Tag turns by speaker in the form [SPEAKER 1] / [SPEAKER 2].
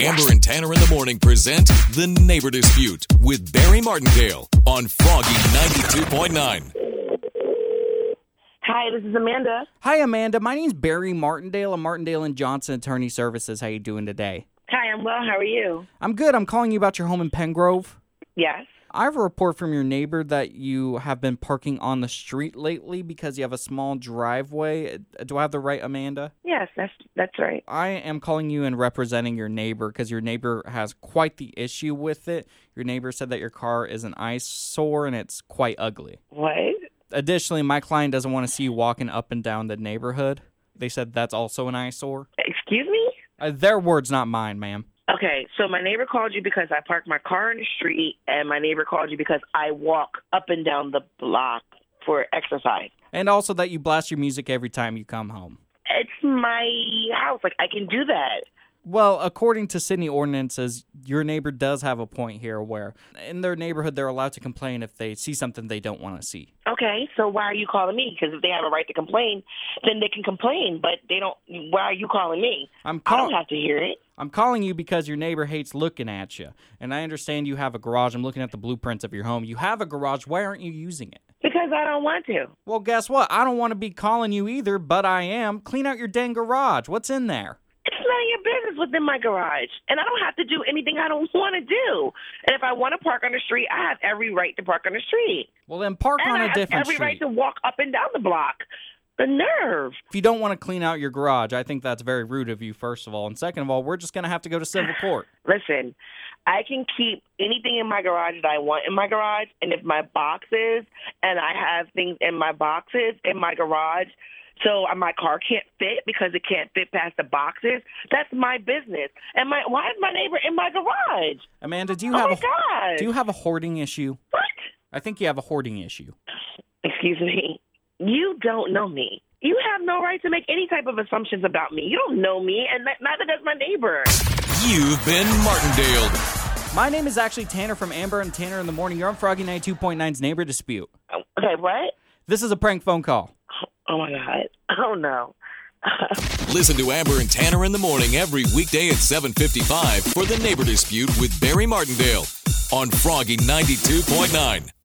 [SPEAKER 1] Amber and Tanner in the morning present The Neighbor Dispute with Barry Martindale on Froggy 92.9.
[SPEAKER 2] Hi, this is Amanda.
[SPEAKER 3] Hi, Amanda. My name's Barry Martindale. I'm Martindale and Johnson Attorney Services. How you doing today?
[SPEAKER 2] Hi, I'm well. How are you?
[SPEAKER 3] I'm good. I'm calling you about your home in Pengrove.
[SPEAKER 2] Yes.
[SPEAKER 3] I have a report from your neighbor that you have been parking on the street lately because you have a small driveway. Do I have the right Amanda?
[SPEAKER 2] Yes, that's that's right.
[SPEAKER 3] I am calling you and representing your neighbor because your neighbor has quite the issue with it. Your neighbor said that your car is an eyesore and it's quite ugly.
[SPEAKER 2] What?
[SPEAKER 3] Additionally, my client doesn't want to see you walking up and down the neighborhood. They said that's also an eyesore.
[SPEAKER 2] Excuse me?
[SPEAKER 3] Uh, their words, not mine, ma'am.
[SPEAKER 2] Okay, so my neighbor called you because I parked my car in the street, and my neighbor called you because I walk up and down the block for exercise.
[SPEAKER 3] And also that you blast your music every time you come home.
[SPEAKER 2] It's my house. Like, I can do that.
[SPEAKER 3] Well, according to Sydney ordinances, your neighbor does have a point here where in their neighborhood they're allowed to complain if they see something they don't want to see.
[SPEAKER 2] Okay, so why are you calling me? Because if they have a right to complain, then they can complain, but they don't. Why are you calling me?
[SPEAKER 3] I'm
[SPEAKER 2] I
[SPEAKER 3] call-
[SPEAKER 2] don't have to hear it.
[SPEAKER 3] I'm calling you because your neighbor hates looking at you. And I understand you have a garage. I'm looking at the blueprints of your home. You have a garage. Why aren't you using it?
[SPEAKER 2] Because I don't want to.
[SPEAKER 3] Well, guess what? I don't want to be calling you either, but I am. Clean out your dang garage. What's in there?
[SPEAKER 2] It's none of your business within my garage. And I don't have to do anything I don't want to do. And if I want to park on the street, I have every right to park on the street.
[SPEAKER 3] Well, then park
[SPEAKER 2] and
[SPEAKER 3] on
[SPEAKER 2] I
[SPEAKER 3] a
[SPEAKER 2] have
[SPEAKER 3] different
[SPEAKER 2] every
[SPEAKER 3] street.
[SPEAKER 2] right to walk up and down the block. The nerve.
[SPEAKER 3] if you don't want to clean out your garage, I think that's very rude of you, first of all. And second of all, we're just going to have to go to civil court.
[SPEAKER 2] Listen, I can keep anything in my garage that I want in my garage. And if my boxes, and I have things in my boxes in my garage, so my car can't fit because it can't fit past the boxes, that's my business. And my why is my neighbor in my garage?
[SPEAKER 3] Amanda, do you
[SPEAKER 2] Oh
[SPEAKER 3] have
[SPEAKER 2] my
[SPEAKER 3] a
[SPEAKER 2] God.
[SPEAKER 3] do you have a hoarding issue?
[SPEAKER 2] What?
[SPEAKER 3] I think you have a hoarding issue.
[SPEAKER 2] excuse me, you don't know me. You have no right to make any type of assumptions about me. You don't know me, and ni- neither does my neighbor.
[SPEAKER 1] You've been Martindale.
[SPEAKER 3] My name is actually Tanner from Amber and Tanner in the Morning. You're on Froggy 92.9's Neighbor Dispute.
[SPEAKER 2] Oh, Okay, what?
[SPEAKER 3] This is a prank phone call.
[SPEAKER 2] Oh my God. Oh no.
[SPEAKER 1] Listen to Amber and Tanner in the morning every weekday at 7:55 for The Neighbor Dispute with Barry Martindale on Froggy 92.9.